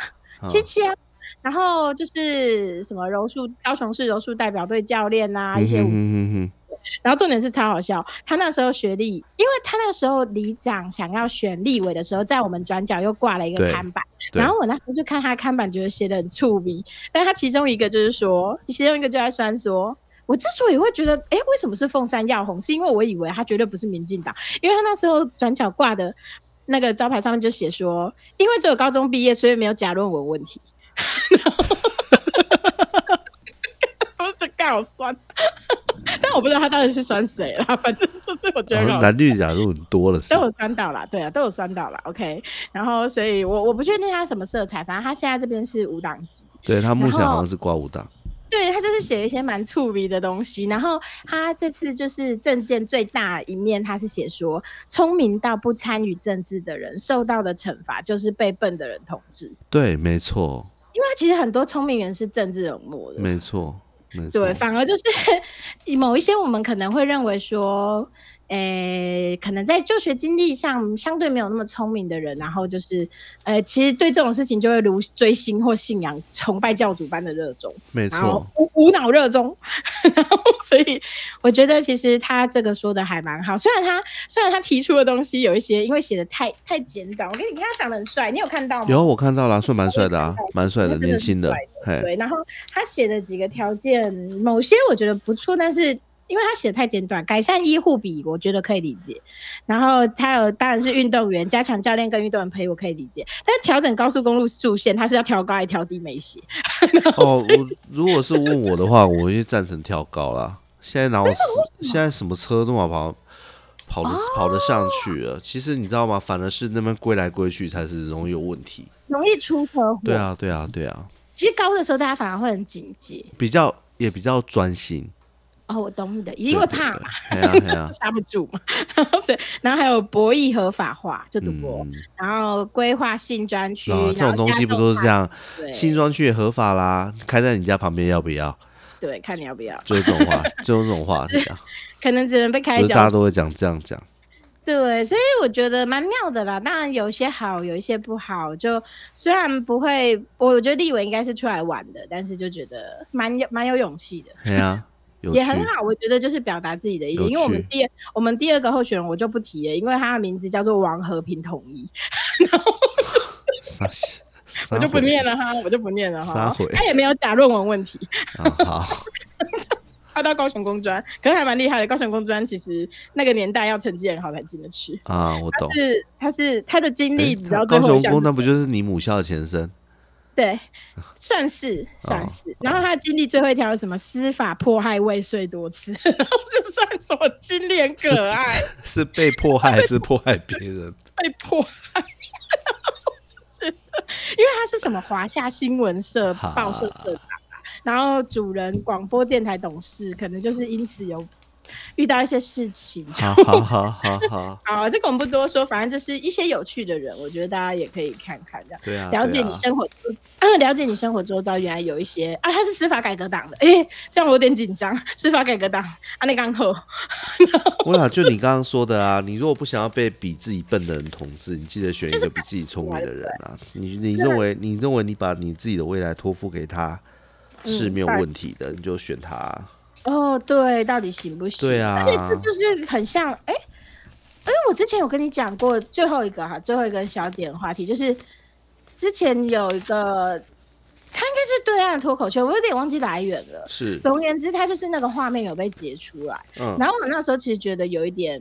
S1: 啊
S2: 七七啊。然后就是什么柔术，高雄市柔术代表队教练啊，一些
S1: 嗯
S2: 舞
S1: 哼哼哼
S2: 然后重点是超好笑，他那时候学历，因为他那时候里长想要选立委的时候，在我们转角又挂了一个
S1: 对
S2: 看板，
S1: 对
S2: 然后我那时候就看他看板，觉得写的很触鼻，但他其中一个就是说，其中一个就在酸说。我之所以会觉得，哎、为什么是凤山耀红？是因为我以为他绝对不是民进党，因为他那时候转角挂的那个招牌上面就写说，因为只有高中毕业，所以没有假论文问题。 然后我就干好酸，但但我不知道他到底是酸谁啦，反正就是我觉得很好笑
S1: 蓝绿假如很多了是
S2: 都有酸到啦，对啊，都有酸到啦。OK，然后所以我我不确定他什么色彩，反正他现在这边是五档级。
S1: 对他目前
S2: 然后
S1: 好像是挂五档，
S2: 对他就是写一些蛮触鼻的东西，然后他这次就是证件最大一面，他是写说，聪明到不参与政治的人受到的惩罚就是被笨的人统治，
S1: 对，没错，
S2: 因为其实很多聪明人是政治冷漠的，
S1: 没错，没错
S2: 对，，反而就是 某一些我们可能会认为说，诶、可能在就学经历上相对没有那么聪明的人，然后就是，呃，其实对这种事情就会如追星或信仰、崇拜教主般的热衷，
S1: 没
S2: 然后
S1: 错，
S2: 无无脑热衷，然后所以我觉得其实他这个说的还蛮好，虽然他虽然他提出的东西有一些因为写的太太简短，我跟你你看他长得很帅，你有看到吗？
S1: 有我看到了，算蛮帅的啊，蛮帅的，
S2: 哦他真的
S1: 年
S2: 是
S1: 轻的
S2: 帅，
S1: 嘿，
S2: 对，然后他写的几个条件，某些我觉得不错，但是因为他写的太简短，改善医护比我觉得可以理解。然后他有当然是运动员，加强教练跟运动员陪我可以理解，但是调整高速公路速线，他是要调高还是调低没写？
S1: 哦，我如果是问我的话，我会赞成跳高啦。现在哪有现在什么车都嘛跑跑
S2: 哦
S1: 得跑得上去了？其实你知道吗？反而是那边归来归去才是容易有问题。
S2: 容易出车祸。
S1: 对，啊，对啊，对啊，
S2: 其实高的时候大家反而会很警戒。
S1: 比较也比较专心，
S2: 哦，我懂你的，因为怕嘛，
S1: 对。对对哎呀
S2: 刹不住嘛，然后所以然后还有博弈合法化， 就
S1: 哎呀，
S2: 赌博，
S1: 嗯，
S2: 然后规划性专区，
S1: 啊，这种东西不都是这
S2: 样？
S1: 样？
S2: 对
S1: 新庄区也合法啦，开在你家旁边要不要？
S2: 对，看你要不要，
S1: 就这种 话，就这种话讲，
S2: 可能只能被
S1: 不
S2: 开
S1: 是大家
S2: 脚。
S1: 都会讲这样讲。
S2: 对，所以我觉得蛮妙的啦。当然有一些好，有一些不好。就虽然不会，我觉得立伟应该是出来玩的，但是就觉得蛮有蛮有勇气的，
S1: 哎 呀，有趣
S2: 也，很好。我觉得就是表达自己的意见，
S1: 有
S2: 因为我们
S1: 趣
S2: 第二我们第二个候选人我就不提了，因为他的名字叫做王和平统一，
S1: 撒西，
S2: 我就
S1: 撒
S2: 不
S1: 谎
S2: 念了哈，我就不念了
S1: 撒
S2: 哈
S1: 谎。
S2: 他也没有打论文问题，
S1: 啊，好，
S2: 他到高雄工专，可是还蛮厉害的。高雄工专其实那个年代要成绩很好才进得去。
S1: 啊，我懂。
S2: 是他是他的经
S1: 诶
S2: 历，你知
S1: 他
S2: 道最
S1: 高
S2: 后
S1: 雄
S2: 一项
S1: 工
S2: 是
S1: 那不就是你母校的前身？
S2: 对，算是
S1: 哦
S2: 算是。然后他的经历最后一条是什么？司法迫害未遂多次， 然后这算什么经历？很可爱，
S1: 是被迫害还是迫害别 人？
S2: 被迫害。 然后我就觉得，因为他是什么华夏新闻社
S1: 哈
S2: 报社社长啊，然后主人广播电台董事，可能就是因此有遇到一些事情。
S1: 好啊好好好好，
S2: 好，这个我们不多说，反正就是一些有趣的人，我觉得大家也可以看看这样。
S1: 对啊，
S2: 了解
S1: 对
S2: 你
S1: 啊
S2: 生活，嗯， 了解你生活周遭原来有一些啊，他是司法改革党的，诶，这样我有点紧张。司法改革党啊，那刚好，
S1: 我想就你刚刚说的啊，你如果不想要被比自己笨的人统治，你记得选一个比自己聪明的人啊。你你认为你认为你把你自己的未来托付给他是
S2: 嗯
S1: 没有
S2: 当然
S1: 问题的，你就选他啊。
S2: 哦，对，到底行不行？
S1: 对啊
S2: 而且这就是很像，诶，因为我之前有跟你讲过最后一个哈，最后一个小点话题就是之前有一个，他应该是对岸的脱口秀，我有点忘记来源了。
S1: 是，
S2: 总而言之，他就是那个画面有被截出来。
S1: 嗯，
S2: 然后我那时候其实觉得有一点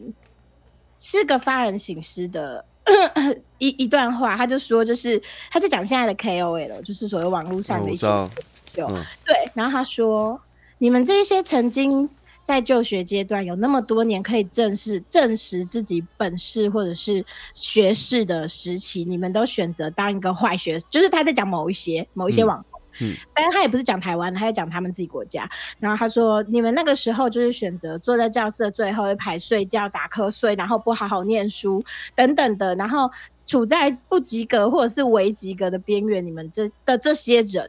S2: 是个发人省思的 一一段话，他就说就是他在讲现在的 KOL，就是所谓网络
S1: 嗯
S2: 上的
S1: 我
S2: 一
S1: 知
S2: 些、
S1: 道，
S2: 有
S1: 嗯，
S2: 对，然后他说你们这些曾经。在就学阶段有那么多年可以正视证实自己本事或者是学士的时期，你们都选择当一个坏学，就是他在讲某一些某一些
S1: 嗯
S2: 网红，
S1: 嗯
S2: 但是他也不是讲台湾的，他在讲他们自己国家。然后他说：“你们那个时候就是选择坐在教室的最后一排睡觉、打瞌睡，然后不好好念书等等的，然后处在不及格或者是微及格的边缘。你们这的这些人，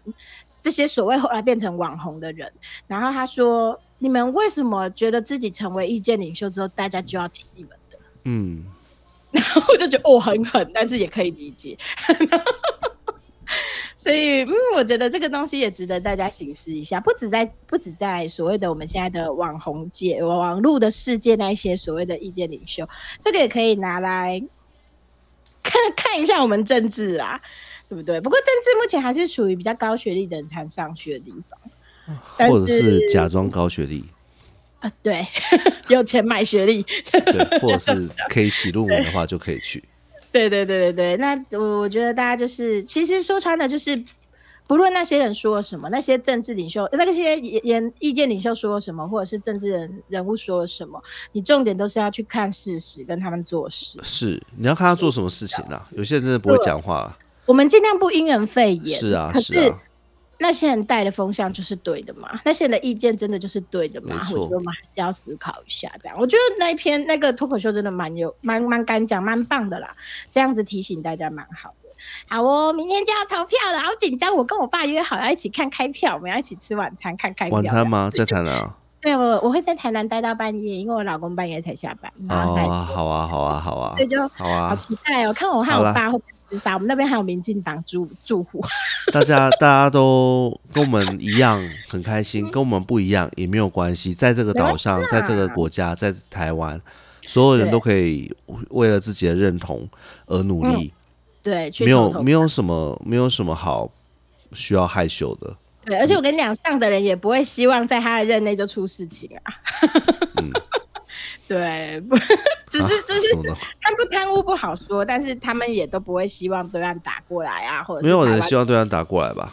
S2: 这些所谓后来变成网红的人。”然后他说：“你们为什么觉得自己成为意见领袖之后，大家就要听你们 的？”
S1: 嗯，
S2: 然后我就觉得哦，很狠，但是也可以理解。 所以，嗯，我觉得这个东西也值得大家醒思一下，不止在不止在所谓的我们现在的网红界、网络的世界那一些所谓的意见领袖，这个也可以拿来看 看一下我们政治啦，对不对？不过政治目前还是属于比较高学历的人才上去的地方但
S1: 或者是
S2: 是
S1: 假装高学历，
S2: 啊，对， 有钱买学历，
S1: 对，或者是可以写论文的话就可以去。
S2: 对对对对对，那我我觉得大家就是，其实说穿了就是，不论那些人说了什么，那些政治领袖、那些言言意见领袖说了什么，或者是政治人人物说了什么，你重点都是要去看事实，跟他们做事。
S1: 是，你要看他做什么事情啦。有些人真的不会讲话，
S2: 我们尽量不因人肺炎，
S1: 是啊
S2: 可
S1: 是啊
S2: 那些人带的风向就是对的嘛？那些人的意见真的就是对的嘛
S1: 没？
S2: 我
S1: 错
S2: 觉得我们还是要思考一下，这样。我觉得那一篇那个脱口秀真的蛮有蛮蛮敢讲，蛮棒的啦。这样子提醒大家蛮好的。好哦，明天就要投票了，好紧张！我跟我爸约好要一起看开票，我们要一起吃晚餐看开票。
S1: 晚餐？吗？在台南啊？
S2: 对，我我会在台南待到半夜，因为我老公半夜才下班，
S1: 哦
S2: 麻烦。
S1: 啊，好啊，好啊，好啊
S2: 所，以就
S1: 好
S2: 好
S1: 啊！
S2: 期待哦，看我和
S1: 好啦
S2: 我爸会不会自杀。我们那边还有民进党住住户，
S1: 大家大家都跟我们一样很开心，跟我们不一样也没有关系。在这个
S2: 没关
S1: 岛上，在这个国家，在台湾，所有人
S2: 对
S1: 都可以为了自己的认同而努力，
S2: 对，去
S1: 没有
S2: 投投
S1: 没有什么没有什么好需要害羞的。
S2: 对，而且我跟你讲，上的人也不会希望在他的任内就出事情啊。
S1: 嗯，
S2: 对，不，只是就
S1: 啊什
S2: 是
S1: 么的
S2: 贪不贪污不好说，但是他们也都不会希望对岸打过来啊，或者
S1: 没
S2: 是
S1: 有
S2: 台
S1: 人
S2: 湾
S1: 希望对方打过来吧？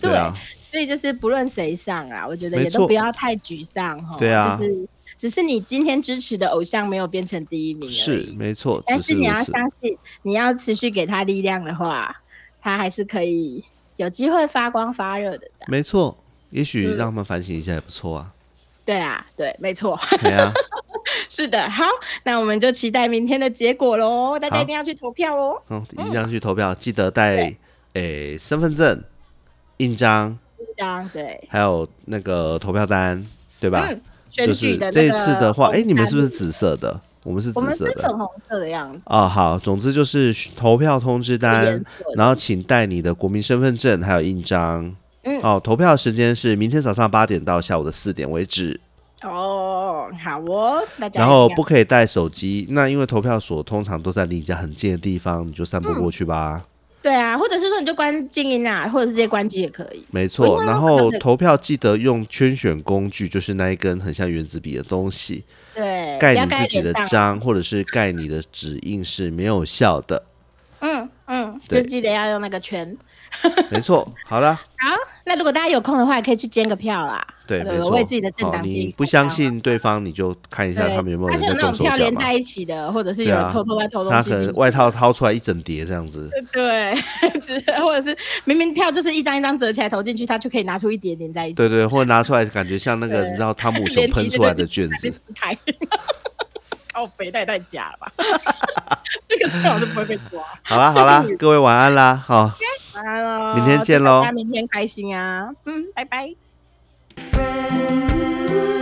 S2: 对
S1: 啊，
S2: 所以就是不论谁上啊，我觉得
S1: 没
S2: 也都
S1: 错
S2: 不要太沮丧哈。
S1: 对啊
S2: 就是只是你今天支持的偶像没有变成第一名而已
S1: 是没错，
S2: 但
S1: 只
S2: 是
S1: 是如
S2: 你要
S1: 此。
S2: 相信，你要持续给他力量的话，他还是可以有机会发光发热的。这样
S1: 没错，也许
S2: 嗯
S1: 让他们反省一下也不错 啊。
S2: 对啊，对，没错。
S1: 对啊，
S2: 是的，好，那我们就期待明天的结果喽，大家
S1: 好
S2: 一定要去投票哦。
S1: 嗯，一样去投票，记得带诶、身份证、印章，
S2: 这样对，
S1: 还有那个投票单，对吧？
S2: 嗯，
S1: 就
S2: 选
S1: 是
S2: 举的、那
S1: 这一
S2: 个
S1: 次的话，
S2: 红
S1: 诶，你们
S2: 单
S1: 是不是？紫色的？我们是
S2: 我
S1: 紫
S2: 们是
S1: 色的
S2: 粉红色的样子，
S1: 啊、好，总之就是投票通知
S2: 颜
S1: 单
S2: 色，的
S1: 然后请带你的国民身份证还有印章。
S2: 嗯
S1: 哦，投票时间是明天早上八点到下午的四点为止。
S2: 哦，好哦，大家
S1: 然后
S2: 一定要
S1: 不可以带手机，那因为投票所通常都在离你家很近的地方，你就散步过去吧。
S2: 对啊，或者是说你就关静音啊，或者是直接关机也可以。
S1: 没
S2: 我
S1: 错，
S2: 应该
S1: 然
S2: 要看
S1: 后
S2: 这个
S1: 投票记得用圈选工具，就是那一根很像原子笔的东西，
S2: 对，不
S1: 盖
S2: 要
S1: 你自己
S2: 脸
S1: 的
S2: 上啊。
S1: 章或者是盖你的指印是没有效 的。
S2: 嗯嗯，就
S1: 对
S2: 记得要用那个圈。
S1: 没错，好啦，
S2: 好，那如果大家有空的话，也可以去监个票啦。
S1: 对，没
S2: 我
S1: 错。
S2: 为自己的政
S1: 好，
S2: 党尽一
S1: 你
S2: 份
S1: 不相
S2: 力
S1: 信对方，你就看一下
S2: 对，
S1: 他们有没有
S2: 而
S1: 人
S2: 且
S1: 在
S2: 有那
S1: 动
S2: 种
S1: 手
S2: 票
S1: 脚
S2: 连
S1: 嘛
S2: 在。一起的，或者是
S1: 对
S2: 有
S1: 啊
S2: 人偷偷在偷东
S1: 他
S2: 西
S1: 可
S2: 进去。
S1: 能外套掏出来一整叠这样子，
S2: 对，只或者是明明票就是一张一张折起来投进去，他就可以拿出一叠连在一起，
S1: 对对，或者拿出来感觉像那个
S2: 对
S1: 你知道汤姆熊
S2: 连
S1: 喷
S2: 提
S1: 出来
S2: 这个
S1: 的卷
S2: 还
S1: 子
S2: 没，撕开。靠北，那也太假了吧！ 这个最好是不会被抓。
S1: 好啦好啦，各位晚安啦，好。
S2: 晚安喽，
S1: 明天见
S2: 祝大
S1: 喽
S2: 家明天开心啊！嗯，拜拜。
S3: friend.